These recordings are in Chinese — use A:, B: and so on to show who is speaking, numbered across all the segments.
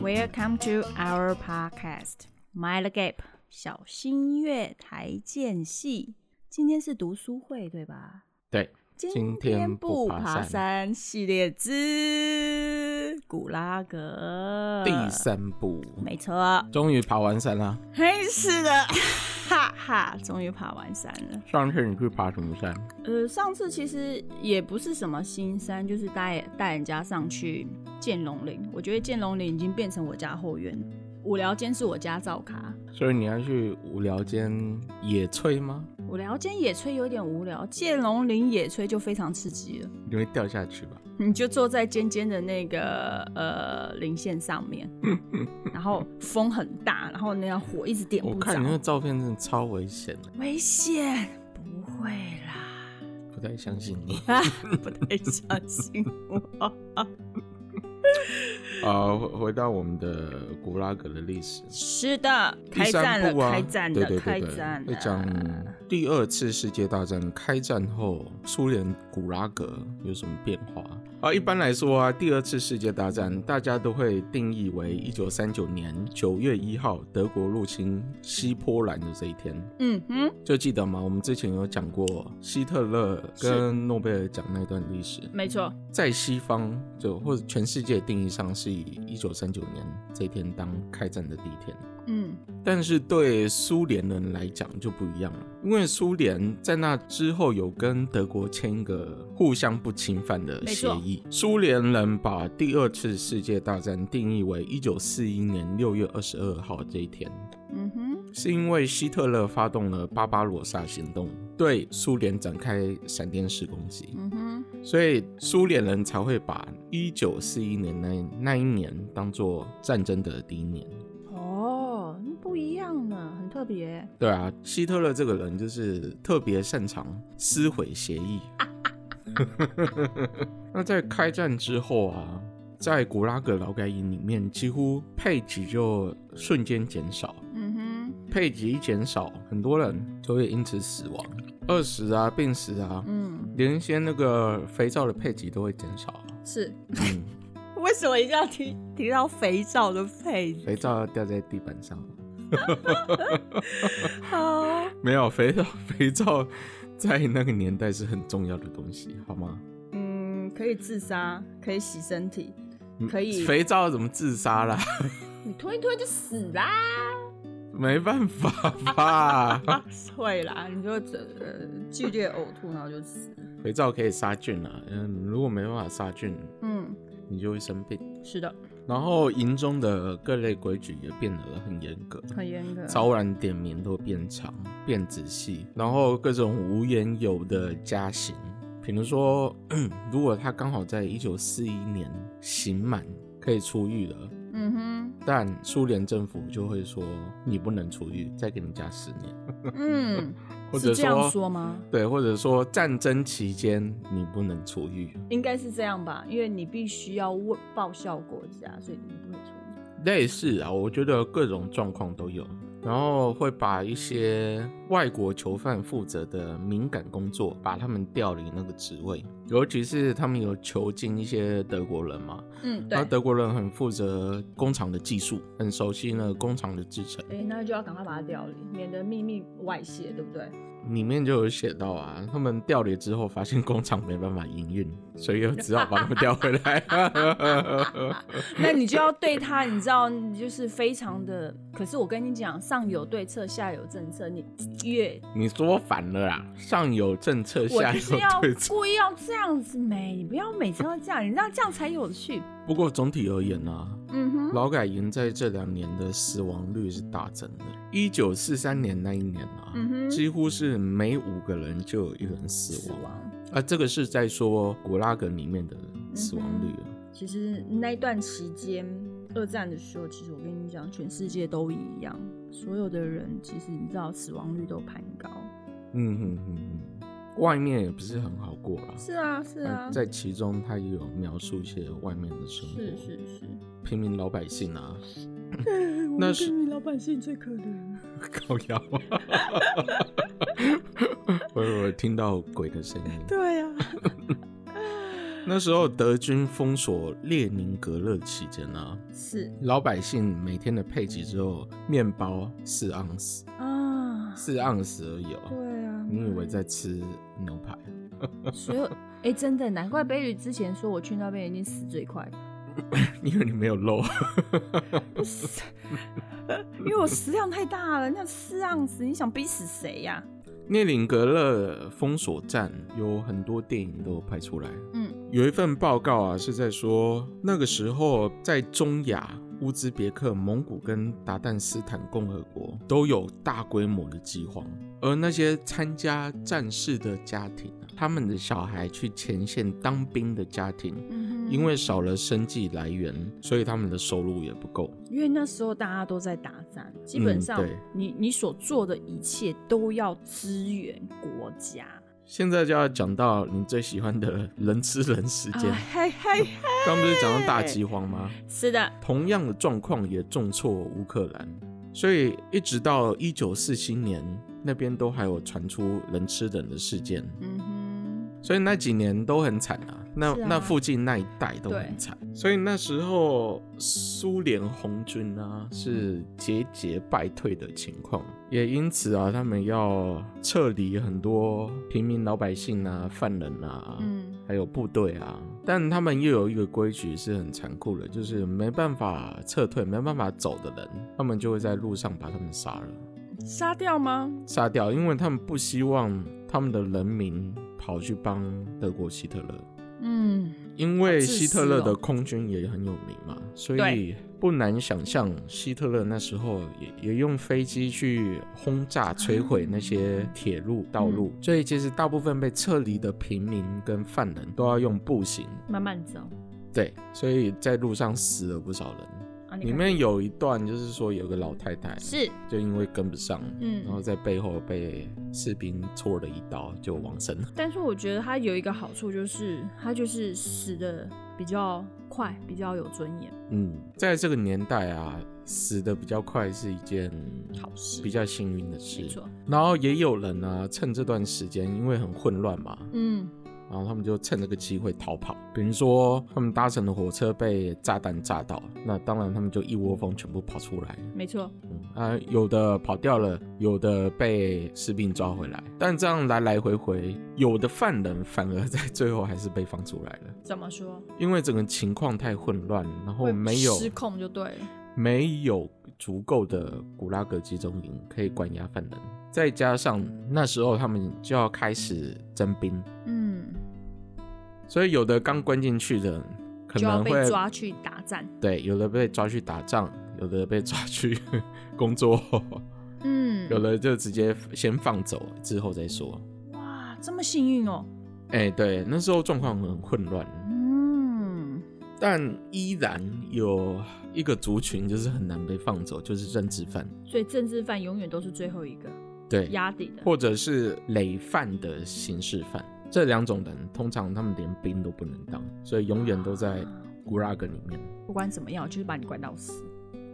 A: Welcome to our podcast. Mind the gap，小心月台间隙。今天是读书会对吧？
B: 对，
A: 今
B: 今天
A: 不
B: 不
A: 爬
B: 爬
A: 山
B: 山
A: 系列之古拉格
B: 第三步，
A: 没错，
B: 终于爬完山啦。
A: 嘿，是的，哈哈，终于爬完山了。
B: 上次你去爬什么山？
A: 呃，上次其实也不是什么新山，就是带带人家上去剑龙岭。我觉得剑龙岭已经变成我家后院，无聊间是我家照咖。
B: 所以你要去无聊间野炊吗？
A: 无聊间野炊有点无聊，剑龙岭野炊就非常刺激了。
B: 你会掉下去吧？
A: 你就坐在尖尖的那个呃零线上 面，然后风很大，然后那样火一直点
B: 我
A: 不着
B: 看你，那个照片真的超危险的，
A: 危险，不会 啦。
B: 不太相信你。
A: 啊，不太相信我。
B: 呃，回回到我们的古拉格的历史，
A: 是的，
B: 第
A: 开战
B: 三
A: 了，
B: 部啊，
A: 开战了，
B: 对对
A: 开
B: 对对
A: 战，
B: 在讲
A: 了。
B: 第二次世界大战开战后，苏联古拉格有什么变化啊？一般来说啊，第二次世界大战大家都会定义为一九三九年九月一号德国入侵西波兰的这一天，
A: 嗯哼，
B: 就记得吗？我们之前有讲过希特勒跟诺贝尔奖那段历史，
A: 没错，
B: 在西方就或者全世界定义上是以一九三九年这一天当开战的第一天。
A: 嗯，
B: 但是对苏联人来讲就不一样了，因为苏联在那之后有跟德国签一个互相不侵犯的协议。苏联人把第二次世界大战定义为一九四一年六月二十二号这一天，
A: 嗯哼，
B: 是因为希特勒发动了巴巴罗萨行动，对苏联展开闪电式攻击。
A: 嗯哼，
B: 所以苏联人才会把一九四一年那那一年当做战争的第一年。
A: 哦，那不一样呢，很特别。
B: 对啊，希特勒这个人就是特别擅长撕毁协议。 那在开战之后啊，在古拉格劳改营里面，几乎配给就瞬间减少，
A: 嗯哼，
B: 配给一减少，很多人就会因此死亡，饿死啊、病死啊，
A: 嗯，
B: 连一些那个肥皂的配给都会减少啊。
A: 是。
B: 嗯，
A: 为什么一定要提提到肥皂的配置？
B: 肥皂掉在地板上，
A: 哦，
B: 没有肥皂，肥皂在那个年代是很重要的东西，好吗？
A: 嗯，可以自杀，可以洗身体，
B: 嗯
A: 可以
B: 肥皂怎么自杀啦？
A: 你推一推就死啦。
B: 没办法吧？
A: 啊会啦，你就呃剧烈呕吐，然后就死。
B: 肥皂可以杀菌啊，嗯，如果没办法杀菌，
A: 嗯，
B: 你就会生病。
A: 是的，
B: 然后营中的各类规矩也变得很严格，
A: 很严格。
B: 早晚点名都变长、变仔细，然后各种无缘由的加刑，比如说， 如果他刚好在一九四一年刑满可以出狱了，
A: 嗯哼，
B: 但苏联政府就会说你不能出狱，再给你加十年。
A: 嗯，
B: 或者
A: 是这样说吗？
B: 对，或者说战争期间你不能出狱，
A: 应该是这样吧，因为你必须要为报效国家，所以你不会出力。
B: 类似啊，我觉得各种状况都有，然后会把一些外国囚犯负责的敏感工作，把他们调离那个职位，尤其是他们有囚禁一些德国人嘛，
A: 嗯，对
B: 那。德国人很负责工厂的技术，很熟悉那个工厂的制成，
A: 哎、那就要赶快把它调离，免得秘密外泄，对不对？
B: 里面就有写到啊，他们调离之后发现工厂没办法营运，所以又只好把他们调回 来。
A: 那你就要对他，你知道，你就是非常的。可是我跟你讲，上有对策，下有政策，你越
B: 你说反了啦，上有政策，
A: 我
B: 下
A: 就是
B: 有
A: 要
B: 对策。
A: 故意要这样子美，你不要每次都这样，你知道这样才有趣。
B: 不过总体而言呢、
A: 嗯哼，
B: 劳改营在这两年的死亡率是大增的。一九四三年那一年啊，
A: 嗯哼
B: 几乎是每五个人就有一人死
A: 死
B: 亡。
A: 亡。
B: 啊，这个是在说古拉格里面的死亡率啊。
A: 其实那一段期间，二战的时候，其实我跟你讲，全世界都一样，所有的人其实你知道死亡率都攀高。
B: 嗯哼哼哼，外面也不是很好过啦。
A: 是啊，是啊
B: 啊，在其中他也有描述一些外面的生活，
A: 是是是。
B: 平民老百姓啊，
A: 哎我
B: 那
A: 们
B: 是
A: 平民老百姓最可怜。
B: 高腰，
A: 啊
B: 我我听到鬼的声音。
A: 对呀、
B: 那时候德军封锁列宁格勒期间呢、
A: 是
B: 老百姓每天的配给只有面包四盎司，
A: 啊，
B: 四盎司而已哦。
A: 对啊，
B: 你以为在吃牛排？
A: 所有哎、真的难怪贝吕之前说我去那边一定死最快，
B: 因为你没有肉。
A: 不是，因为我食量太大了，那四盎司，你想逼死谁呀、
B: 列宁格勒封锁站有很多电影都拍出来。
A: 嗯，
B: 有一份报告啊是在说，那个时候在中亚、乌兹别克、蒙古跟达旦斯坦共和国都有大规模的饥荒，而那些参加战事的家庭啊，他们的小孩去前线当兵的家庭。
A: 嗯哼
B: 因为少了生计来源，所以他们的收入也不够。
A: 因为那时候大家都在打仗，基本上
B: 嗯对
A: 你、你所做的一切都要支援国家。
B: 现在就要讲到你最喜欢的人吃人事件，
A: 嗨嗨，
B: 刚不是讲到大饥荒吗？
A: 啊是的，
B: 同样的状况也重挫乌克兰，所以一直到一九四七年，那边都还有传出人吃人的事件，
A: 嗯哼，
B: 所以那几年都很惨啊。那、
A: 是啊
B: 那附近那一带都很惨，所以那时候苏联红军啊是节节败退的情况，也因此啊，他们要撤离很多平民老百姓啊、犯人啊，
A: 嗯，
B: 还有部队啊，但他们又有一个规矩是很残酷的，就是没办法撤退、没办法走的人，他们就会在路上把他们杀了，
A: 杀掉吗？
B: 杀掉，因为他们不希望他们的人民跑去帮德国希特勒，
A: 嗯，
B: 因
A: 好
B: 为
A: 自私哦
B: 希特勒的空军也很有名嘛，所以
A: 对
B: 不难想象希特勒那时候也也用飞机去轰炸、摧毁那些铁路、道路，所以其实大部分被撤离的平民跟犯人都要用步行。
A: 慢慢走
B: 对，所以在路上死了不少人。
A: 啊，你
B: 里
A: 看
B: 面有一段就是说有个老太太，
A: 是
B: 就因为跟不上，
A: 嗯
B: 然后在背后被士兵戳了一刀就亡身了。
A: 但是我觉得它有一个好处，就是它就是死的比较快，比较有尊严，
B: 嗯，在这个年代啊，死的比较快是一件
A: 好事，
B: 比较幸运的
A: 没
B: 事。
A: 错。
B: 然后也有人啊，趁这段时间因为很混乱嘛，
A: 嗯，
B: 然后他们就趁这个机会逃跑。比如说他们搭乘的火车被炸弹炸到，那当然他们就一窝蜂全部跑出来，
A: 没错，
B: 啊，有的跑掉了，有的被士兵抓回来，但这样来来回回，有的犯人反而在最后还是被放出来了，
A: 怎么说？
B: 因为整个情况太混乱，然后
A: 会
B: 没有
A: 失控就对了。
B: 没有足够的古拉格集中营可以关押犯人，再加上那时候他们就要开始征兵，
A: 嗯，
B: 所以有的刚关进去的可
A: 就要
B: 能
A: 被
B: 会
A: 抓去打战。
B: 对，有的被抓去打仗，有的被抓去 工作。
A: 嗯，
B: 有的就直接先放走，之后再说。
A: 哇，这么幸运哦。
B: 哎、对，那时候状况很混乱，
A: 嗯，
B: 但依然有一个族群就是很难被放走，就是政治犯，
A: 所以政治犯永远都是最后一个
B: 对，
A: 压底的。
B: 或者是累犯的刑事犯。这两种人通常他们连兵都不能当，所以永远都在
A: 啊
B: gulag 里面。
A: 不管怎么样，就是把你关到死，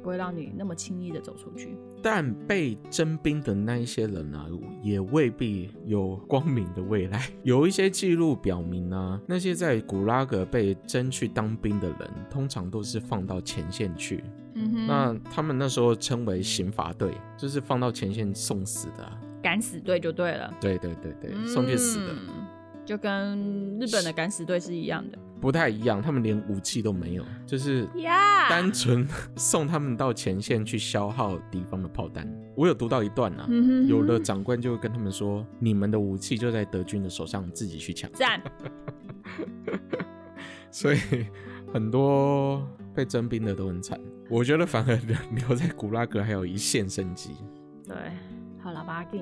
A: 不会让你那么轻易的走出去。
B: 但被征兵的那一些人啊，也未必有光明的未来。 有一些记录表明啊，那些在古拉格被征去当兵的人，通常都是放到前线去。
A: 嗯哼，
B: 那他们那时候称为刑罚队，就是放到前线送死的啊、
A: 敢死队就对了，
B: 对对对对，送去死的。
A: 嗯就跟日本的敢死队是一样的。
B: 不太一样，他们连武器都没有，就是
A: 呀
B: 单纯 送他们到前线去消耗敌方的炮弹。我有读到一段啊，
A: 嗯哼
B: 有的长官就会跟他们说：“你们的武器就在德军的手上，自己去抢。
A: 赞，”
B: 所以很多被征兵的都很惨。我觉得反而留 在古拉格还有一线生机。
A: 对，好了，巴金，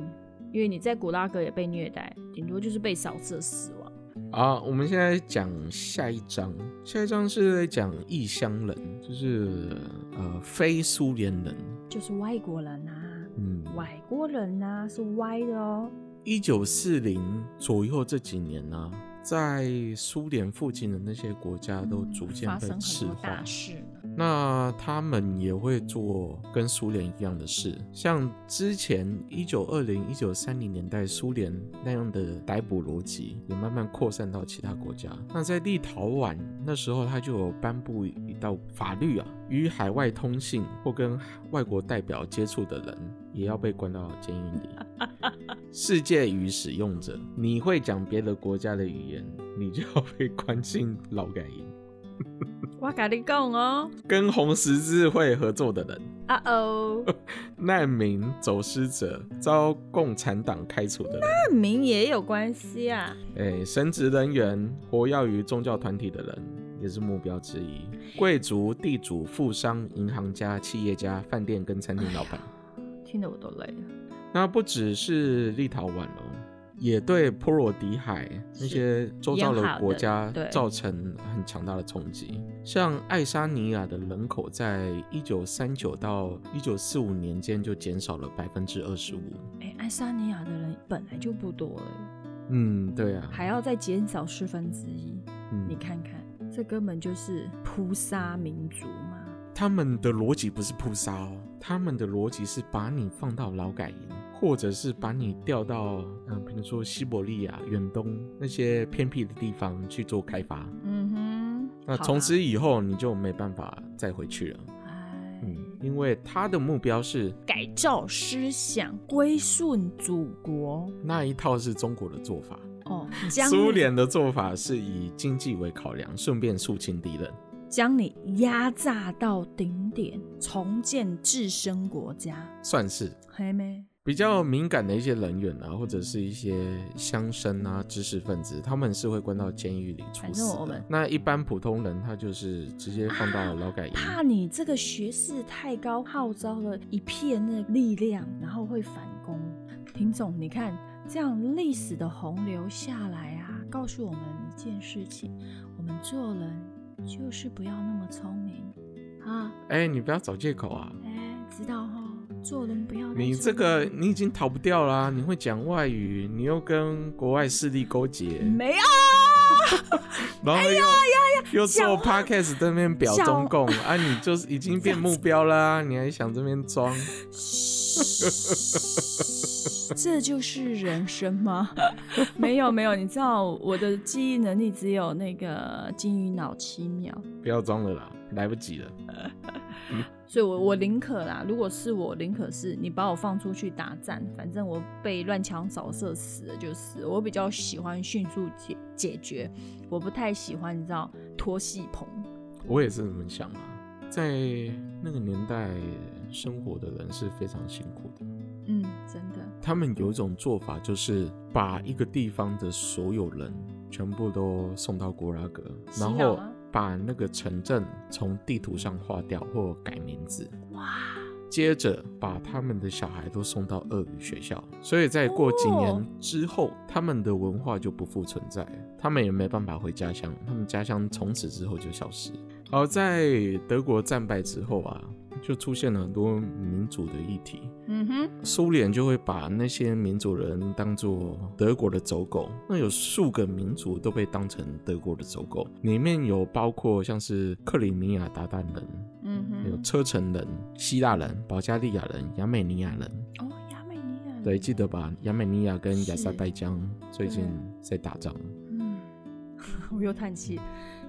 A: 因为你在古拉格也被虐待，顶多就是被扫射死亡。
B: 好，我们现在讲下一章，下一章是在讲异乡人，就是呃非苏联人。
A: 就是外国人啊，
B: 嗯，
A: 外国人啊是歪的哦。
B: 一九四零左右这几年呢、啊在苏联附近的那些国家都逐渐
A: 嗯发
B: 被
A: 生很
B: 赤
A: 多
B: 化
A: 大。事呢。
B: 那他们也会做跟苏联一样的事，像之前一九二零、一九三零年代苏联那样的逮捕逻辑，也慢慢扩散到其他国家。那在立陶宛那时候，他就有颁布一道法律啊，与海外通信或跟外国代表接触的人，也要被关到监狱里。世界语使用者，你会讲别的国家的语言，你就要被关进劳改营。
A: 我跟你讲哦，
B: 跟红十字会合作的人，
A: 啊哦，
B: 难民、走失者、遭共产党开除的人，
A: 证明也有关系啊。
B: 哎，神职人员、活跃于宗教团体的人，也是目标之一。贵族、地主、富商、银行家、企业家、饭店跟餐厅老板。
A: 听得我都累了。
B: 那不只是立陶宛哦，也对波罗的海那些周
A: 沿海
B: 遭
A: 的
B: 的国家
A: 对
B: 造成很强大的冲击。像爱沙尼亚的人口在一九三九到一九四五年间就减少了百分之二十五。
A: 哎，爱沙尼亚的人本来就不多了，
B: 嗯，对啊，
A: 还要再减少四分之一，你
B: 嗯，
A: 看看，这根本就是扑杀民族嘛！
B: 他们的逻辑不是扑杀哦，他们的逻辑是把你放到劳改营。或者是把你调到，嗯、比如说西伯利亚、远东那些偏僻的地方去做开发，
A: 嗯哼，
B: 那
A: 好
B: 从
A: 啦
B: 此以后你就没办法再回去了，
A: 哎
B: 嗯，因为他的目标是
A: 改造思想，归顺祖国。
B: 那一套是中国的做法，
A: 哦，将
B: 苏联的做法是以经济为考量，顺便肃清敌人。
A: 将你压榨到顶点，重建自身国家，
B: 算是
A: 还没
B: 比
A: 嗯
B: 较敏感的一些人员啊，或者是一些乡绅啊、知识分子，他们是会关到监狱里处
A: 反
B: 死
A: 正我
B: 的
A: 们。啊
B: 那一般普通人他就是直接放到劳改营。
A: 怕你这个学识太高，号召了一片那力量，然后会反攻。品总，你看这样历史的洪流下来啊，告诉我们一件事情：我们做人就是不要那么聪明啊！
B: 哎、你不要找借口啊！
A: 哎，知道哈，做人不要太
B: 你
A: 聪
B: 这个
A: 明
B: 你已经逃不掉啦、你会讲外语，你又跟国外势力勾结，
A: 没有
B: 然
A: 哎
B: 后又、又
A: 讲
B: 做 podcast 这边表
A: 讲
B: 中共啊，你就是已经变目标啦、你还想这边装？
A: 这就是人生吗？ 没有没有，你知道我的记忆能力只有那个金鱼脑七秒，
B: 不要装了啦，来不及了。
A: 所以我我宁可啦，如果是我宁可是你把我放出去打战，反正我被乱枪扫射死了就是。我比较喜欢迅速解解决，我不太喜欢你知道拖戏棚。
B: 我也是这么想啊，在那个年代生活的人是非常辛苦的，
A: 嗯，真的，
B: 他们有一种做法就是把一个地方的所有人全部都送到国拉格，
A: 洗脑
B: 然
A: 啊
B: 后把那个城镇从地图上划掉或改名字。
A: 哇，
B: 接着把他们的小孩都送到俄语学校，所以再过几
A: 哦
B: 年之后，他们的文化就不复存在，他们也没办法回家乡，他们家乡从此之后就消失。而在德国战败之后啊，就出现了很多民族的议题，
A: 嗯哼，
B: 苏联就会把那些民族人当做德国的走狗，那有数个民族都被当成德国的走狗，里面有包括像是克里米亚鞑靼人。
A: 嗯
B: 有
A: 哼，
B: 车臣人、希腊人、保加利亚人、亚美尼亚人，
A: 哦，亚美尼亚，
B: 对，记得？吧？亚美尼亚跟
A: 是
B: 亚塞拜疆最近在打仗。
A: 嗯， 我又叹气，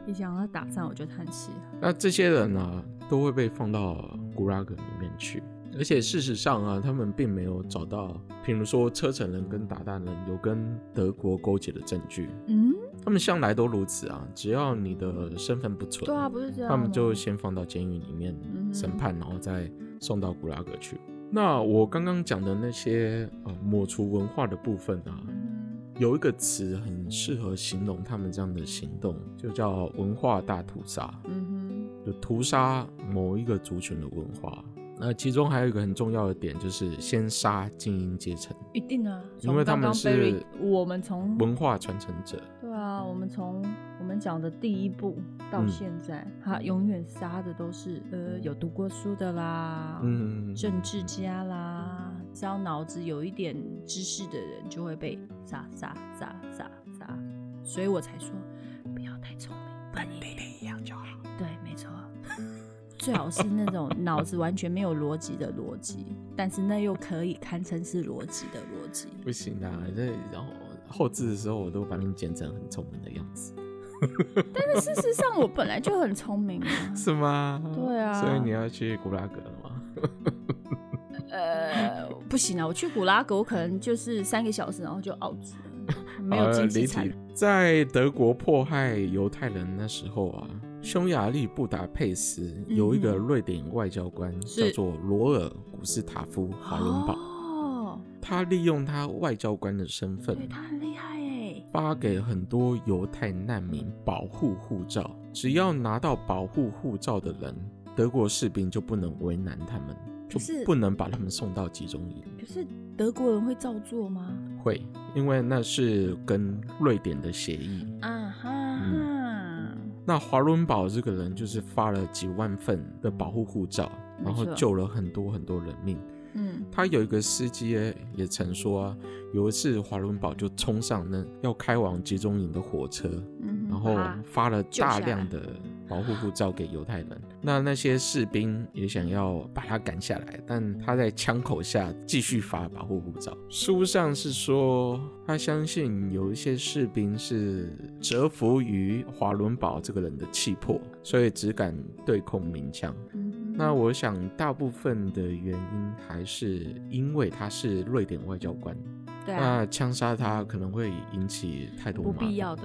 A: 一想到打仗我就叹气了。
B: 那这些人啊，都会被放到古拉格里面去。而且事实上啊，他们并没有找到，譬如说车臣人跟鞑靼人有跟德国勾结的证据。
A: 嗯，
B: 他们向来都如此啊，只要你的身份不纯，
A: 对啊，不是这样吗，
B: 他们就先放到监狱里面
A: 嗯哼
B: 审判，然后再送到古拉格去。那我刚刚讲的那些呃抹除文化的部分啊，
A: 嗯
B: 有一个词很适合形容他们这样的行动，就叫文化大屠杀，
A: 嗯
B: 就屠杀某一个族群的文化。那其中还有一个很重要的点，就是先杀精英阶层，
A: 哼，一定啊，
B: 因
A: 从
B: 为他
A: 刚
B: 们
A: 刚
B: 是
A: Barry- 我们从
B: 文化传承者。
A: 对啊，我们从我们讲的第一步到
B: 嗯
A: 现在，他永远杀的都是呃有读过书的啦，
B: 嗯，
A: 政治家啦，只要脑子有一点知识的人就会被杀杀杀杀杀，所以我才说不要太聪明，跟你一样就好。对，没错。 最好是那种脑子完全没有逻辑的逻辑，但是那又可以堪称是逻辑的逻辑。
B: 不行啊，这然后后置的时候我都把你剪成很聪明的样子，。
A: 但是事实上我本来就很聪明啊
B: 是吗？
A: 对啊
B: 所以你要去古拉格了吗？
A: 呃，不行啊，我去古拉格，我可能就是三个小时，然后就 out 了，没有
B: 呃
A: 经济
B: 离
A: 产
B: 题。在德国迫害犹太人那时候啊，匈牙利布达佩斯有一个
A: 嗯
B: 瑞典外交官、
A: 是
B: 叫做罗尔古斯塔夫华伦堡，
A: 哦，
B: 他利用他外交官的身份，
A: 对他很厉害哎，
B: 发给很多犹太难民保护护照，只要拿到保护护照的人，德国士兵就不能为难他们，就
A: 可是
B: 不能把他们送到集中营。
A: 可是德国人会照做吗？
B: 会，因为那是跟瑞典的协议。
A: 啊哈
B: 那华伦堡这个人就是发了几万份的保护护照，
A: 没
B: 然后
A: 错
B: 救了很多很多人命。
A: 嗯，
B: 他有一个司机耶也曾说啊，有一次华伦堡就冲上那要开往集中营的火车，
A: 嗯
B: 然后
A: 啊
B: 发了大
A: 救下来
B: 量的保护护照给犹太人。那那些士兵也想
A: 嗯
B: 要把他赶下来，但他在枪口下继续发保护护照。书上是说，他相信有一些士兵是折服于华伦堡这个人的气魄，所以只敢对空鸣枪。
A: 嗯
B: 那我想，大部分的原因还是因为他是瑞典外交官，
A: 对啊，
B: 那枪杀他可能会引起太多
A: 不
B: 麻烦
A: 必要的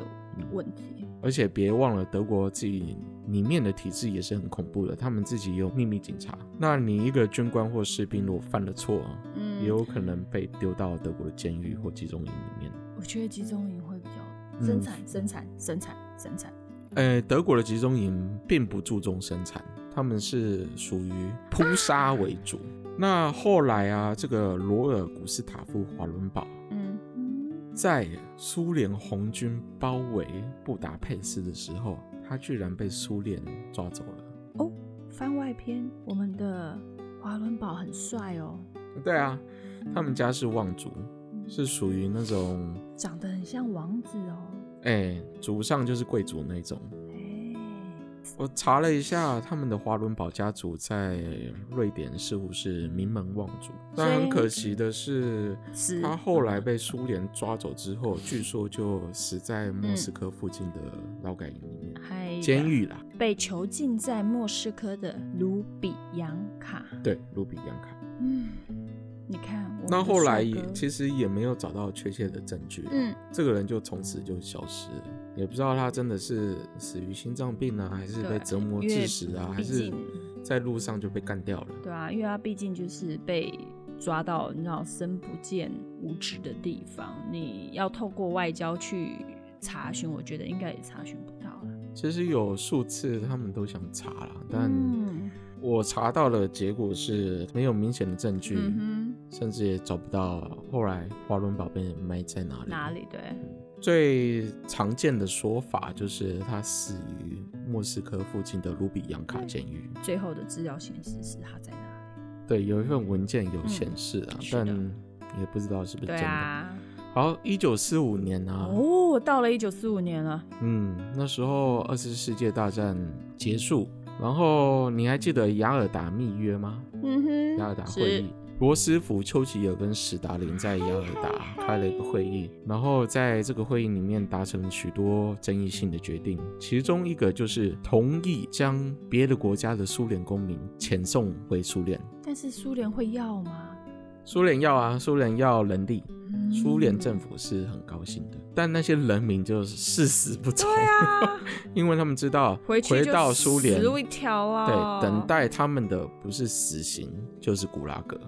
A: 问题，
B: 而且别忘了，德国自己里面的体制也是很恐怖的，他们自己也有秘密警察。那你一个军官或士兵如果犯了错，啊
A: 嗯，
B: 也有可能被丢到德国的监狱或集中营里面。
A: 我觉得集中营会比较
B: 嗯
A: 生产、生产、生产、生产。
B: 呃，德国的集中营并不注重生产，他们是属于扑杀为主。那后来啊，这个罗尔古斯塔夫华伦堡
A: 嗯，
B: 在苏联红军包围布达佩斯的时候，他居然被苏联抓走了。
A: 番外篇，我们的华伦堡很帅哦，
B: 对啊，他们家是望族，是属于那种，
A: 长得很像王子哦。
B: 哎、祖上就是贵族那种。
A: 哎，
B: 我查了一下，他们的华伦堡家族在瑞典似乎是名门望族，但很可惜的是，
A: 是
B: 他后来被苏联抓走之后，据说就死在
A: 嗯
B: 莫斯科附近的劳改营里面，
A: 还
B: 监狱啦，
A: 被囚禁在莫斯科的卢比扬卡。
B: 对，卢比扬卡。
A: 嗯，你看，我们
B: 那
A: 的
B: 后
A: 帅
B: 来也
A: 哥
B: 其实也没有找到确切的证据，啊
A: 嗯，
B: 这个人就从此就消失了，也不知道他真的是死于心脏病啊，还是
A: 对
B: 被折磨
A: 因为
B: 致死啊，还
A: 毕
B: 是
A: 竟
B: 在路上就被干掉了。
A: 对啊，因为他毕竟就是被抓到你知道深不见五指的地方，你要透过外交去查询，我觉得应该也查询不到了。
B: 其实有数次他们都想查了，但
A: 嗯
B: 我查到的结果是没有明显的证据，
A: 嗯
B: 甚至也找不到后来华伦堡被埋在哪
A: 哼，
B: 里。
A: 哪里对？
B: 最常见的说法就是他死于莫斯科附近的卢比扬
A: 嗯
B: 卡监狱。
A: 最后的资料显示是他在哪里？
B: 对，有一份文件有显示啊，
A: 嗯是的
B: 但也不知道是不是
A: 对
B: 真的。
A: 啊，
B: 好，一九四五年啊，
A: 哦，到了一九四五年了，
B: 嗯，那时候二次世界大战结束，然后你还记得雅尔达密约吗？
A: 嗯
B: 雅尔达
A: 哼，
B: 会
A: 是
B: 议，罗斯福、丘吉尔跟史达林在雅尔达开了一个会议，然后在这个会议里面达成了许多争议性的决定，其中一个就是同意将别的国家的苏联公民遣送回苏联。
A: 但是苏联会要吗？
B: 苏联要啊，苏联要人力，
A: 嗯
B: 苏联政府是很高兴的，但那些人民就是誓死不从，
A: 对啊，
B: 因为他们知道
A: 回去就
B: 到苏联，
A: 死路一条啊，
B: 对，等。待他们的不是死刑就是古拉格。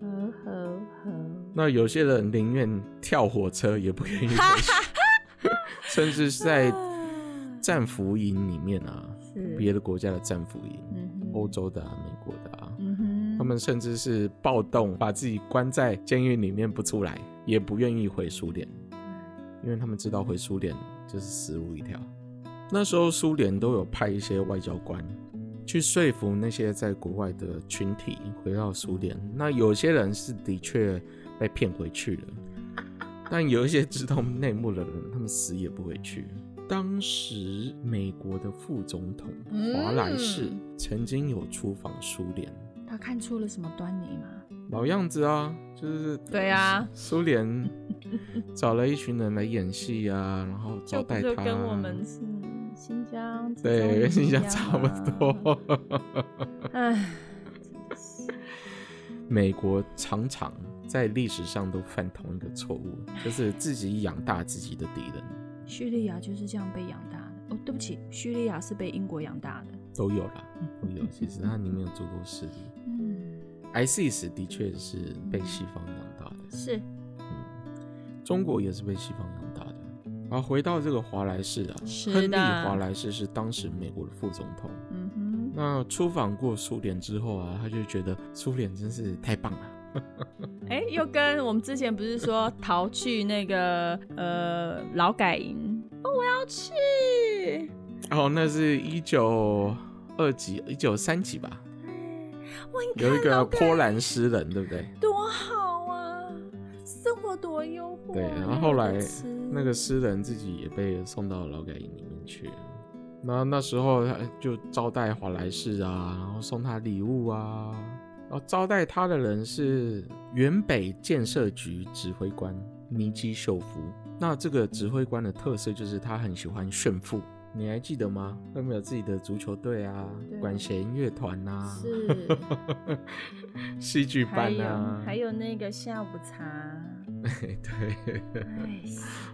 A: 呵呵呵。
B: 那有些人宁愿跳火车也不愿意回去， 甚至是在
A: 啊
B: 战俘营里面啊，
A: 是
B: 别的国家的战俘营，
A: 嗯哼
B: 欧洲的、啊、美国的啊，
A: 嗯哼，
B: 他们甚至是暴动，把自己关在监狱里面不出来，也不愿意回苏联。因为他们知道回苏联就是死路一条。那时候苏联都有派一些外交官去说服那些在国外的群体回到苏联。那有些人是的确被骗回去了，但有一些知道内幕的人，他们死也不回去。当时美国的副总统
C: 嗯
B: 华莱士曾经有出访苏联，
A: 他看出了什么端倪吗？
B: 老样子啊，就是
C: 对啊，
B: 苏联找了一群人来演戏啊，然后招
A: 就不
B: 待
A: 就
B: 他，啊
A: 跟我们是新疆
B: 对跟新疆
A: 啊
B: 差不。
A: 紫州
B: 多。
A: 一样啊唉，
B: 美国常常在历史上都犯同一个错误，就是自己养大自己的敌人，
A: 叙利亚就是这样被养大的。哦，对不起，叙利亚是被英国养大的。
B: 都有啦，都有。其实它里面有诸多势力。
A: 嗯，
B: ISIS 的确是被西方养大的，
A: 是
B: 中国也是被西方养大的。然后回到这个华莱士啊，
C: 是
B: 亨利
C: 的
B: ·华莱士是当时美国的副总统。
A: 嗯哼，
B: 那出访过苏联之后啊，他就觉得苏联真是太棒了。
C: 哎，又跟我们之前不是 说逃去那个呃劳改营？哦，我要去。
B: 哦，那是一九二几、一九三几吧，
C: 哇，你看
B: 有一个
C: 劳改
B: 波兰诗人，对不对？
C: 多好啊，生活多优渥啊。
B: 对，然后后来
C: 又有得吃
B: 那个诗人自己也被送到劳改营里面去。那那时候他就招待华莱士啊，然后送他礼物啊。然后招待他的人是原北建设局指挥官尼基秀夫。那这个指挥官的特色就是他很喜欢炫富，你还记得吗？他们有自己的足球队啊，
A: 对
B: 管弦乐团啊，
A: 是
B: 戏剧
C: 还
B: 班啊
C: 有，还有那个下午茶，
B: 对。
A: 哎，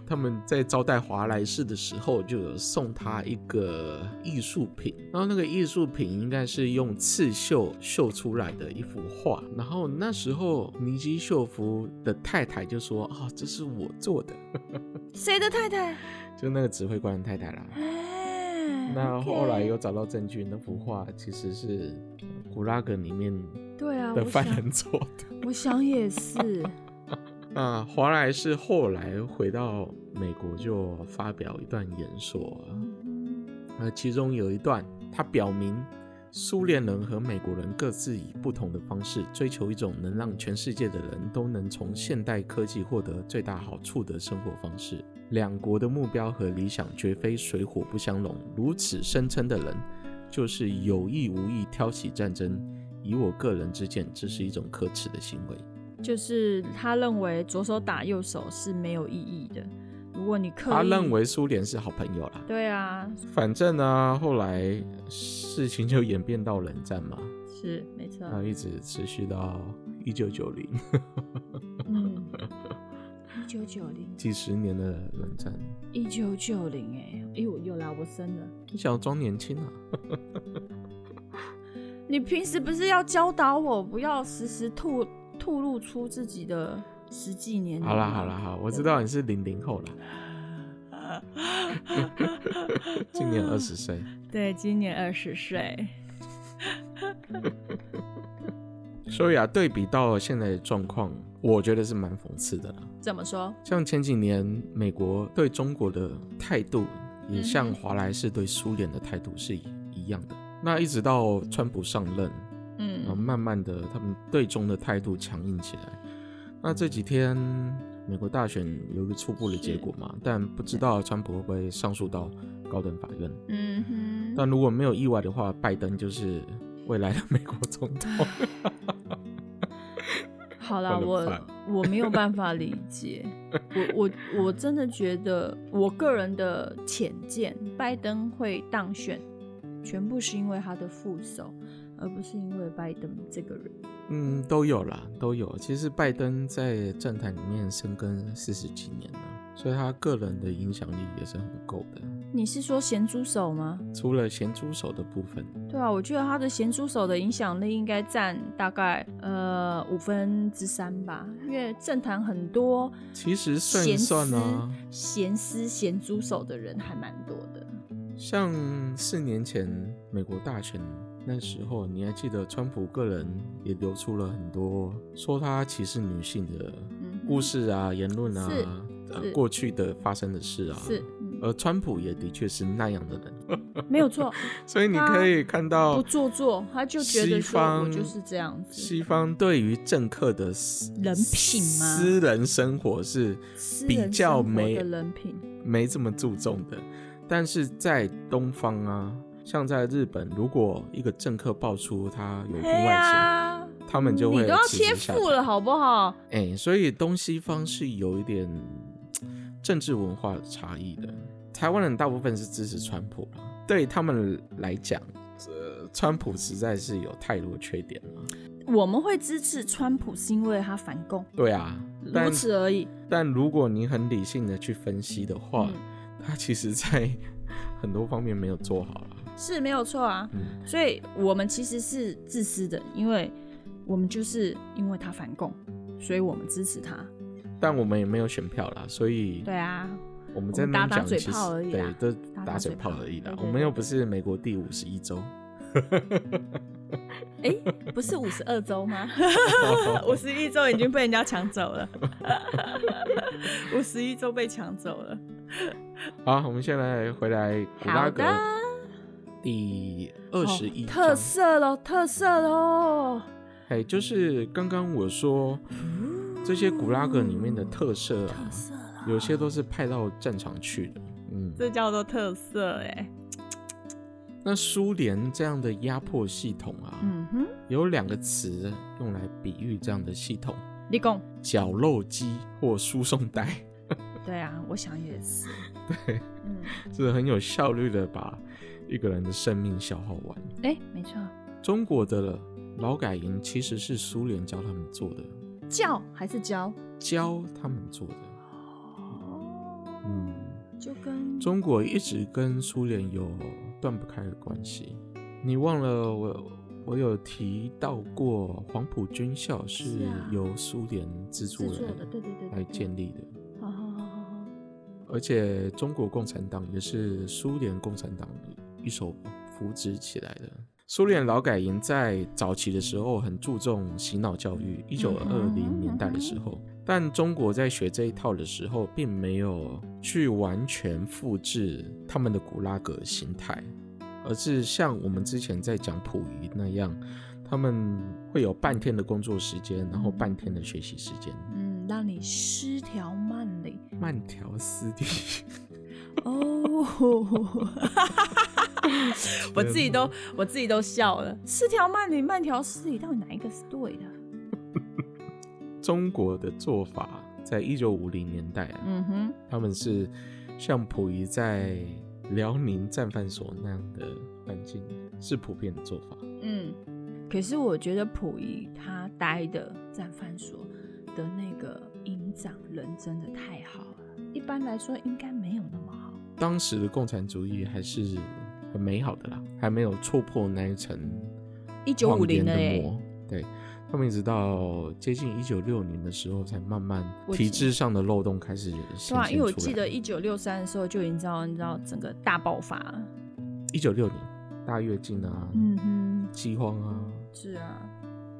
B: 他们在招待华莱士的时候，就有送他一个艺术品，然后那个艺术品应该是用刺绣绣出来的一幅画。然后那时候尼基秀夫的太太就说：“啊、这是我做的。
C: 谁的太太？”
B: 就那个指挥官的太太啦。
A: 哎，
B: 那
A: OK
B: 后来有找到证据，那幅画其实是古拉格里面
A: 对啊，
B: 的
A: 我
B: 犯人
A: 想
B: 做的。
A: 我想也是。
B: 那华莱士后来回到美国，就发表一段演说啊。
A: 嗯
B: 呃，其中有一段，他表明苏联人和美国人各自以不同的方式追求一种能让全世界的人都能从现代科技获得最大好处的生活方式。两国的目标和理想绝非水火不相容。如此声称的人，就是有意无意挑起战争。以我个人之见，这是一种可耻的行为。
C: 就是他认为左手打右手是没有意义的。如果你刻意，
B: 他认为苏联是好朋友啦。
C: 对啊，
B: 反正呢，后来事情就演变到冷战嘛。
C: 是没错。
B: 然后一直持续到一九九零，
A: 嗯，一九九零，
B: 几十年的冷战。
A: 一九九零，哎，哎呦，又来我生了。
B: 你想要装年轻啊？
C: 你平时不是要教导我不要时时吐吐露出自己的？
A: 实际年龄
B: 好啦好啦好，我知道你是零零后啦，今年二十岁。
C: 对，今年二十岁。
B: 所以啊，对比到现在的状况，我觉得是蛮讽刺的啦。
C: 怎么说？
B: 像前几年美国对中国的态度，也
C: 嗯
B: 像
C: 哼
B: 华莱士对苏联的态度是一样的。那一直到川普上任，然后
C: 嗯，
B: 慢慢的，他们对中的态度强硬起来。那这几天美国大选有一个初步的结果嘛，但不知道川普会不会上诉到高等法院。
C: 嗯哼，
B: 但如果没有意外的话，拜登就是未来的美国总统。
C: 好啦，
B: 我
C: 我
B: 的饭
C: 我没有办法理 解，我我我真的觉得，我个人的浅见，拜登会当选，全部是因为他的副手，而不是因为拜登这个人。
B: 嗯，都有啦，都有。其实拜登在政坛里面深耕四十几年了，所以他个人的影响力也是很够的。
C: 你是说咸猪手吗？
B: 除了咸猪手的部分，
C: 对啊，我觉得他的咸猪手的影响力应该占大概呃五分之三吧，因为政坛很多
B: 其实算一算呢、啊，
C: 咸丝咸猪手的人还蛮多的。
B: 像四年前美国大选那时候，你还记得川普个人也流出了很多说他歧视女性的
C: 嗯哼
B: 故事啊、言论啊
C: 是、
B: 呃
C: 是
B: 过去的发生的事啊。
C: 是，嗯
B: 而川普也的确是那样的人，
C: 没有错，
B: 所以你可以看
C: 不
B: 到
C: 做作，他就觉
B: 西
C: 得说
B: 方
C: 我就是这样子，
B: 西方对于政客的私
C: 人品吗
B: 私人生活是
C: 私
B: 比
C: 人
B: 较
C: 生活
B: 没
C: 的人品，
B: 没这么注重的。但是在东方啊，像在日本，如果一个政客爆出他有婚
A: 哎
B: 外情，
A: 呀，
B: 他们就会
A: 你都要
B: 辞职
A: 切
B: 下
A: 腹
B: 台
A: 了，好不好？
B: 哎、所以东西方是有一点嘖政治文化的差异的。台湾人大部分是支持川普啦，对他们来讲，呃，川普实在是有太多缺点了。
A: 我们会支持川普是因为他反共，
B: 对啊，
A: 如
B: 但
A: 此而已。
B: 但如果你很理性的去分析的话，
A: 嗯
B: 他其实在很多方面没有做好了。
A: 是没有错啊。
B: 嗯
A: 所以我们其实是自私的，因为我们就是因为他反共，所以我们支持他。
B: 但我们也没有选票啦，所以
A: 对啊，
B: 我们在
A: 我们
B: 那边
A: 打打
B: 讲
A: 嘴
B: 其实
A: 炮而已
B: 对
A: 啦，
B: 都
A: 打
B: 打
A: 打
B: 嘴
A: 嘴
B: 炮
A: 炮
B: 而已啦
A: 对。对
B: 我们又
A: 对
B: 不是美国第五十一 州，
A: 哎、不是五十二周吗？ 五十一周已经被人家抢走了， 五十一周被抢走了。
B: 好，我们现在回来古拉
A: 好
B: 格
A: 的，
B: 第二十一
A: 哦特色喽，特色喽。
B: 哎，就是刚刚我说这些古拉格里面的特色啊，
A: 色了，
B: 有些都是派到战场去的。嗯，
A: 这叫做特色哎、
B: 那苏联这样的压迫系统啊，
A: 嗯哼，
B: 有两个词用来比喻这样的系统：
A: 立功。
B: 绞肉机或输送带，
A: 对啊，我想也是。
B: 对，
A: 嗯，
B: 是很有效率的把一个人的生命消耗完。
A: 哎、没错，
B: 中国的劳改营其实是苏联教他们做的，
A: 教还是教？
B: 教他们做的。
A: 哦，
B: 嗯，
A: 就跟
B: 中国一直跟苏联有断不开的关系。你忘了我我有提到过，黄埔军校是
A: 是啊
B: 由苏联资助
A: 制作的对对对对
B: 来建立的，
A: 好好好好好，
B: 而且中国共产党也是苏联共产党一手扶植起来的。苏联劳改营在早期的时候很注重洗脑教育，一九二零年代的时候，但中国在学这一套的时候，并没有去完全复制他们的古拉格形态，而是像我们之前在讲溥仪那样，他们会有半天的工作时间，然后半天的学习时间，
A: 嗯，让你失调慢 理
B: 慢条斯理。
A: 哦。我自己 都我自己都笑了，失调慢理，慢条斯理，到底哪一个是对的？
B: 中国的做法，在一九五零年代、啊，
A: 嗯哼，
B: 他们是像溥仪在辽宁战犯所那样的环境，是普遍的做法。
A: 嗯。可是我觉得溥仪他待的战犯所的那个营长人真的太好了，一般来说应该没有那么好。
B: 当时的共产主义还是很美好的啦，还没有戳破那一层
A: 一九五
B: 谎
A: 零
B: 言
A: 了欸
B: 的
A: 耶，
B: 膜。对他们一直到接近一九六零的时候，才慢慢
A: 我记
B: 体制上的漏洞开始显现出
A: 对啊，
B: 来。
A: 因为我记得一九六三的时候就已经知道，你知道整个大爆发了。
B: 一九六零大跃进啊，
A: 嗯哼，
B: 饥荒啊，
A: 是啊，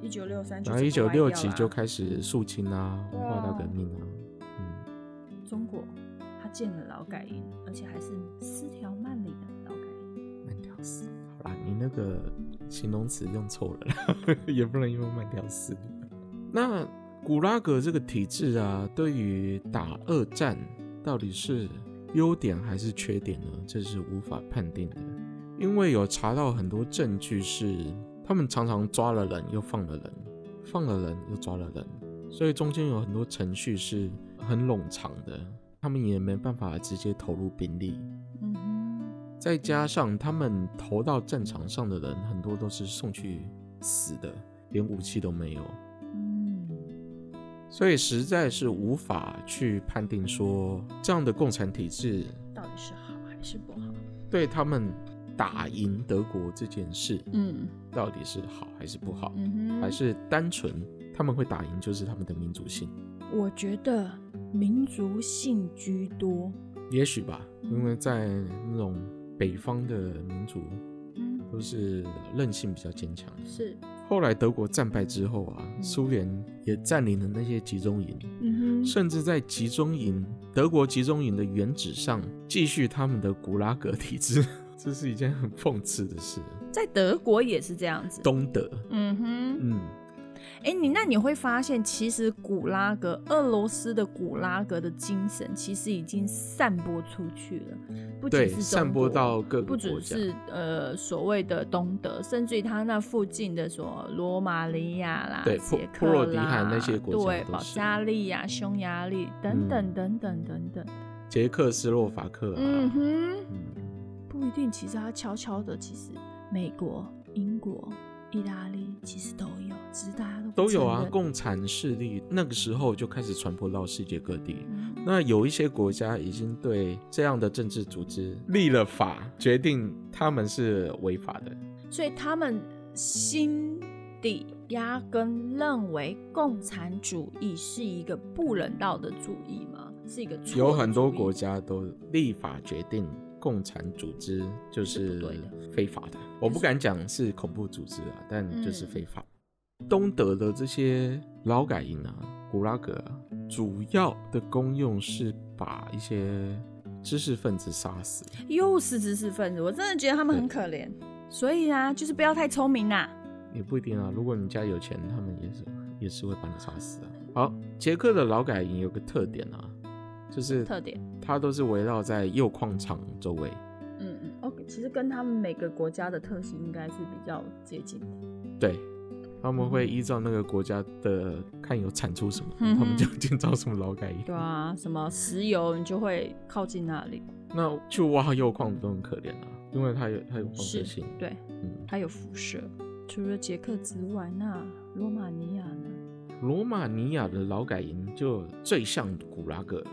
A: 一九六三
B: 嗯然后一九六几
A: 啊
B: 就开始肃清啊，文化大革命啊，嗯，
A: 中国，他建了劳改营，而且还是四条慢里的劳改营。
B: 慢条斯。好啦，你那个形容词用错了啦， 也不能用慢条斯理。那古拉格这个体制啊，对于打二战到底是优点还是缺点呢？这是无法判定的，因为有查到很多证据是他们常常抓了人又放了人，放了人又抓了人，所以中间有很多程序是很冗长的，他们也没办法直接投入兵力。
A: 嗯哼，
B: 再加上他们投到战场上的人很多都是送去死的，连武器都没有，
A: 嗯，
B: 所以实在是无法去判定说这样的共产体制
A: 到底是好还是不好？
B: 对他们打赢德国这件事
A: 嗯
B: 到底是好还是不好，
A: 嗯哼，
B: 还是单纯他们会打赢就是他们的民族性，
A: 我觉得民族性居多。
B: 也许吧，
A: 嗯
B: 因为在那种北方的民族
A: 嗯，
B: 都是韧性比较坚强。
A: 是，
B: 后来德国战败之后啊，
A: 嗯
B: 苏联也占领了那些集中营，
A: 嗯哼，
B: 甚至在集中营德国集中营的原址上继续他们的古拉格体制， 这是一件很讽刺的事。
A: 在德国也是这样子。
B: 东德，
A: 嗯哼，
B: 嗯，
A: 哎、哎、你那你会发现，其实古拉格，俄罗斯的古拉格的精神其实已经散播出去了，不仅
B: 对，
A: 是中
B: 散播
A: 国
B: 到各
A: 不
B: 个国
A: 只
B: 家。
A: 是呃所谓的东德，甚至于他那附近的什么罗马尼亚啦、
B: 对
A: 捷
B: 波
A: 克
B: 波
A: 啦、
B: 罗的海那些国家
A: 对
B: 都
A: 保
B: 是
A: 加利亚、匈牙利等
B: 嗯
A: 等等等等等。
B: 捷克斯洛伐克啊，
A: 嗯哼，
B: 嗯
A: 不一定，其实他悄悄的，其实
D: 美国、英国、意大利其实都有，只是大家都不
B: 都有
D: 承
B: 啊。
D: 认
B: 共产势力那个时候就开始传播到世界各地。
A: 嗯
B: 那有一些国家已经对这样的政治组织立了法，决定他们是违法的。
A: 所以他们心底压根认为共产主义是一个不人道的主义吗？是一个错的
B: 有很多国
A: 主义
B: 家都立法决定共产组织就是是
A: 不对的嗯
B: 非法的，我不敢讲是恐怖组织啊，但就是非法。东德的这些劳改营啊、古拉格啊，主要的功用是把一些知识分子杀死。
A: 又是知识分子，我真的觉得他们很可怜。所以啊，就是不要太聪明啦。
B: 也不一定啊，如果你家有钱，他们也是也是会把你杀死啊。好，捷克的劳改营有个特点啊，就是
A: 特点，
B: 它都是围绕在铀矿场周围。
A: 嗯嗯，OK，其实跟他们每个国家的特性应该是比较接近的。
B: 对，他们会依照那个国家的看有产出什么，
A: 嗯哼
B: 他们就建造什么劳改营。
A: 对啊，什么石油你就会靠近那里，
B: 那去挖铀矿都很可怜啊，因为它有它有放射
A: 是
B: 性。，
A: 对，
B: 嗯，
A: 它有辐射。除了捷克之外，那罗马尼亚呢？
B: 罗马尼亚的劳改营就最像古 拉格了。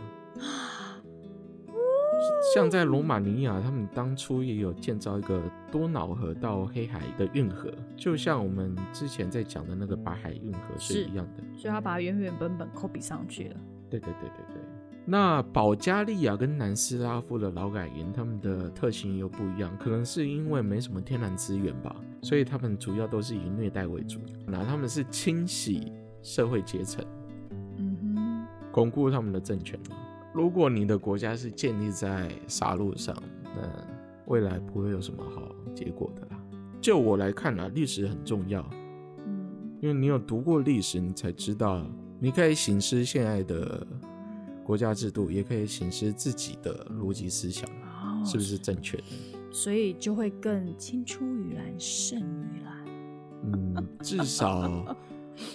B: 像在罗马尼亚，他们当初也有建造一个多瑙河到黑海的运河，就像我们之前在讲的那个白海运河是
A: 是
B: 一样的。
A: 所以他把它原原本本 copy 上去了。
B: 对对对对对。那保加利亚跟南斯拉夫的劳改营，他们的特性又不一样，可能是因为没什么天然资源吧，所以他们主要都是以虐待为主。那他们是清洗社会阶层，
A: 嗯
B: 巩固他们的政权。如果你的国家是建立在杀戮上，那未来不会有什么好结果的啦。就我来看啊，历史很重要，
A: 哼，嗯，
B: 因为你有读过历史，你才知道，你可以行使现在的国家制度，也可以行使自己的逻辑思想，
A: 哦
B: 是不是正确的？
A: 所以就会更青出于蓝胜于蓝。
B: 嗯，至 少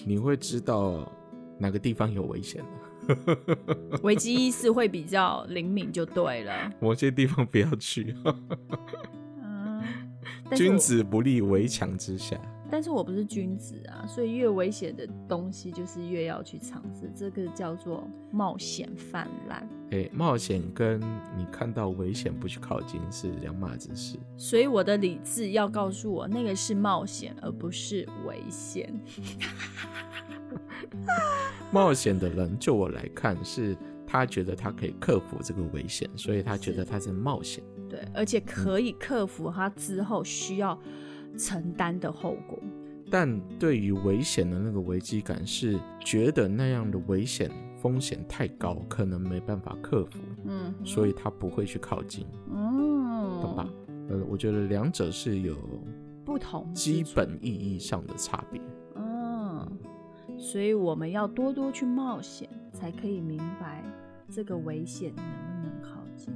B: 你会知道哪个地方有危险、
A: 危机意识会比较灵敏，就对了。
B: 某些地方不要去。
A: 嗯，但是我
B: 君，子不立围墙之下。
A: 但是我不是君子啊，所以越危险的东西就是越要去尝试，这个叫做冒险泛滥。
B: 哎、冒险跟你看到危险不去靠近是两码子事。
A: 所以我的理智要告诉我，那个是冒险，而不是危险。
B: 冒险的人，就我来看，是他觉得他可以克服这个危险，所以他觉得他在冒险。
A: 对，而且可以克服他之后需要承担的后果。
B: 但对于危险的那个危机感，是觉得那样的危险风险太高，可能没办法克服，
A: 嗯，
B: 所以他不会去靠近，
A: 嗯，
B: 懂吧？呃，我觉得两者是有
A: 不同之
B: 基
A: 处
B: 本意义上的差别。
A: 嗯，所以我们要多多去冒险，才可以明白这个危险能不能靠近。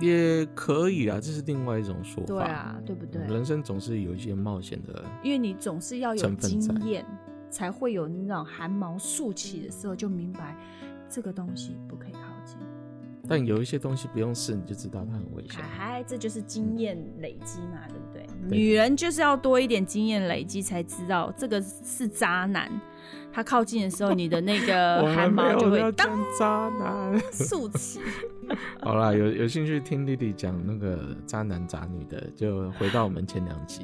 B: 也可以啊，这是另外一种说法。嗯
A: 对啊，对不对？
B: 人生总是有一些冒险的，
A: 因为你总是要有
B: 成分
A: 经
B: 在
A: 验，才会有那种汗毛竖起的时候就明白这个东西不可以靠近。
B: 但有一些东西不用试你就知道它很危险。
A: 哎，这就是经验累积嘛，对不对？
B: 对
A: 女人就是要多一点经验累积，才知道这个是渣男。他靠近的时候，你的那个
B: 我 们
A: 呃汗毛
B: 没有
A: 就会
B: 要
A: 当
B: 当渣男。
A: 竖起。
B: 好啦，有有兴趣听弟弟讲那个渣男渣女的，就回到我们前两集。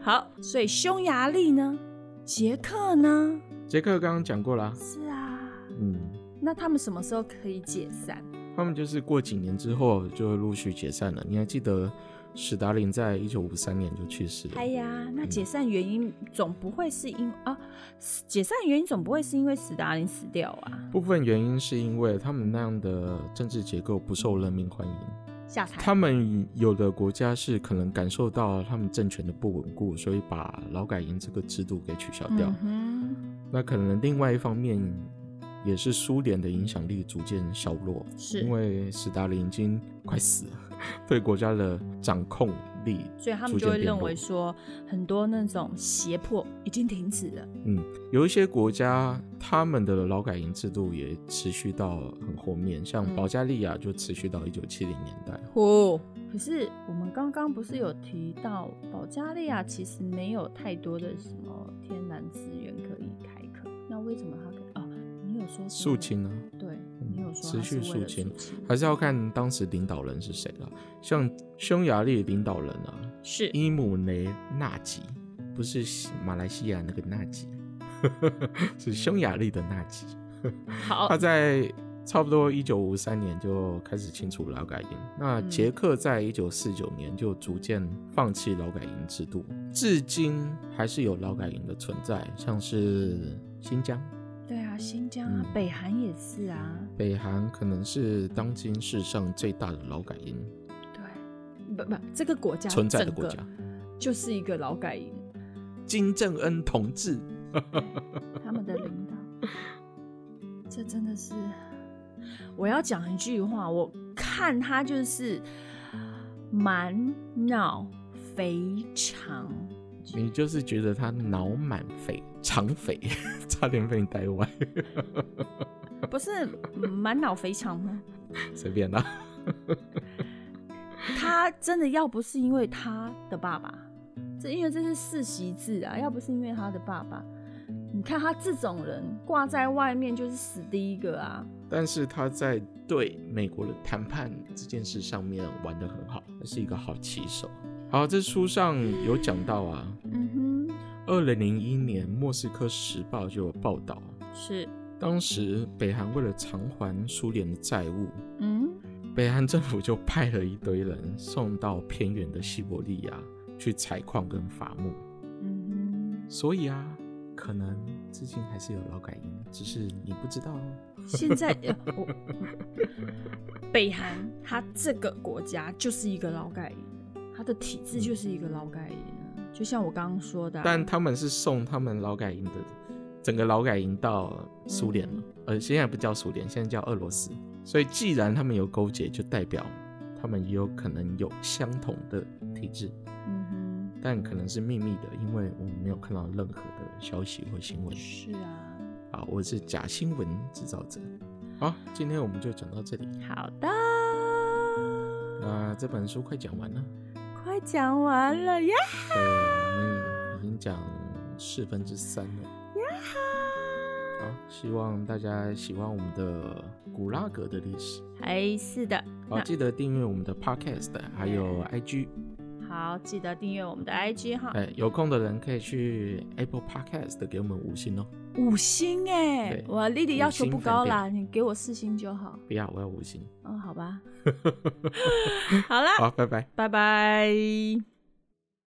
A: 好，所以匈牙利呢，捷克呢，
B: 杰克刚刚讲过啦，
A: 是啊，
B: 嗯，
A: 那他们什么时候可以解散？
B: 他们就是过几年之后就会陆续解散了。你还记得史达林在一九五三年就去世了？
A: 哎呀，那解散原因总不会是因啊，解散原因总不会是因为史达林死掉啊？
B: 部分原因是因为他们那样的政治结构不受人民欢迎，
A: 下台。
B: 他们有的国家是可能感受到他们政权的不稳固，所以把劳改营这个制度给取消掉。
A: 嗯
B: 那可能另外一方面也是苏联的影响力逐渐削弱，
A: 是
B: 因为斯大林已经快死了，对国家的掌控力
A: 哼，所以他们
B: 逐
A: 就
B: 渐
A: 会
B: 变
A: 认
B: 弱
A: 为。说，很多那种胁迫已经停止了。
B: 嗯，有一些国家他们的劳改营制度也持续到很后面，像
A: 嗯
B: 保加利亚就持续到一九七零年代。
A: 哦，可是我们刚刚不是有提到，保加利亚其实没有太多的什么天然资源可以开垦，那为什么它可以？哦，你有说是
B: 肃清呢，
A: 对，你有说
B: 持
A: 它是
B: 续
A: 为
B: 肃
A: 了
B: 清
A: 肃清，
B: 还是要看当时领导人是谁了。像匈牙利领导人啊，
A: 是
B: 伊姆雷纳吉，不是西马来西亚那个纳吉， 是匈牙利的纳吉。
A: 好
B: 他在差不多一九五三年就开始清除劳改营，那
A: 嗯
B: 捷克在一九四九年就逐渐放弃劳改营制度，至今还是有劳改营的存在，像是新疆、
A: 对啊，新疆啊，
B: 嗯
A: 北韩也是啊，
B: 北韩，可能是当今世上最大的劳改营
A: 对，不不，这个国家
B: 存在的
A: 整
B: 国
A: 个
B: 家。
A: 就是一个劳改营，
B: 金正恩同志，
A: 他们的领导，这真的是，我要讲一句话，我看他就是满脑肥肠，
B: 你就是觉得他脑满肥、肠肥， 差点被你带歪，
A: 不是满脑肥肠吗？
B: 随便啦。
A: 他真的要不是因为他的爸爸，这因为这是世袭制啊，要不是因为他的爸爸，你看他这种人挂在外面就是死第一个啊。
B: 但是他在对美国的谈判这件事上面玩得很好，他是一个好棋手。好，这书上有讲到啊，
A: 嗯
B: 二零零一年《莫斯科时报》就有报道，
A: 哼，是，
B: 当时北韩为了偿还苏联的债务，
A: 嗯，
B: 北韩政府就派了一堆人送到偏远的西伯利亚去采矿跟伐木，
A: 嗯
B: 所以啊，可能至今还是有劳改营，只是你不知道哦。
A: 哼，现在呃我北韩它这个国家就是一个劳改营，它的体制就是一个劳改营啊，就像我刚刚说的啊、
B: 但他们是送他们劳改营的整个劳改营到苏联了，呃，现在不叫苏联，现在叫俄罗斯。所以既然他们有勾结，就代表他们也有可能有相同的体制，
A: 嗯
B: 但可能是秘密的，因为我们没有看到任何的消息或新闻
A: 哼，。是啊，
B: 啊，我是假新闻制造者。好，今天我们就讲到这里。
A: 好的，
B: 那这本书快讲完了，
A: 快讲完了呀。
B: 对，我们已经讲四分之三了。好，希望大家喜欢我们的古拉格的历史。
A: 哎，是的，
B: 好，记得订阅我们的 Podcast，还有 IG。
A: 好，记得订阅我们的 IG 哈，
B: 哎，有空的人可以去 Apple Podcast 给我们五星哦。
A: 五星哎、
B: 对
A: 我丽丽要求不
B: 五星分
A: 高啦，你给我四星就好。嗯
B: 不要，我要五星。
A: 哦，好吧，好啦，
B: 好，拜拜。
A: 拜拜。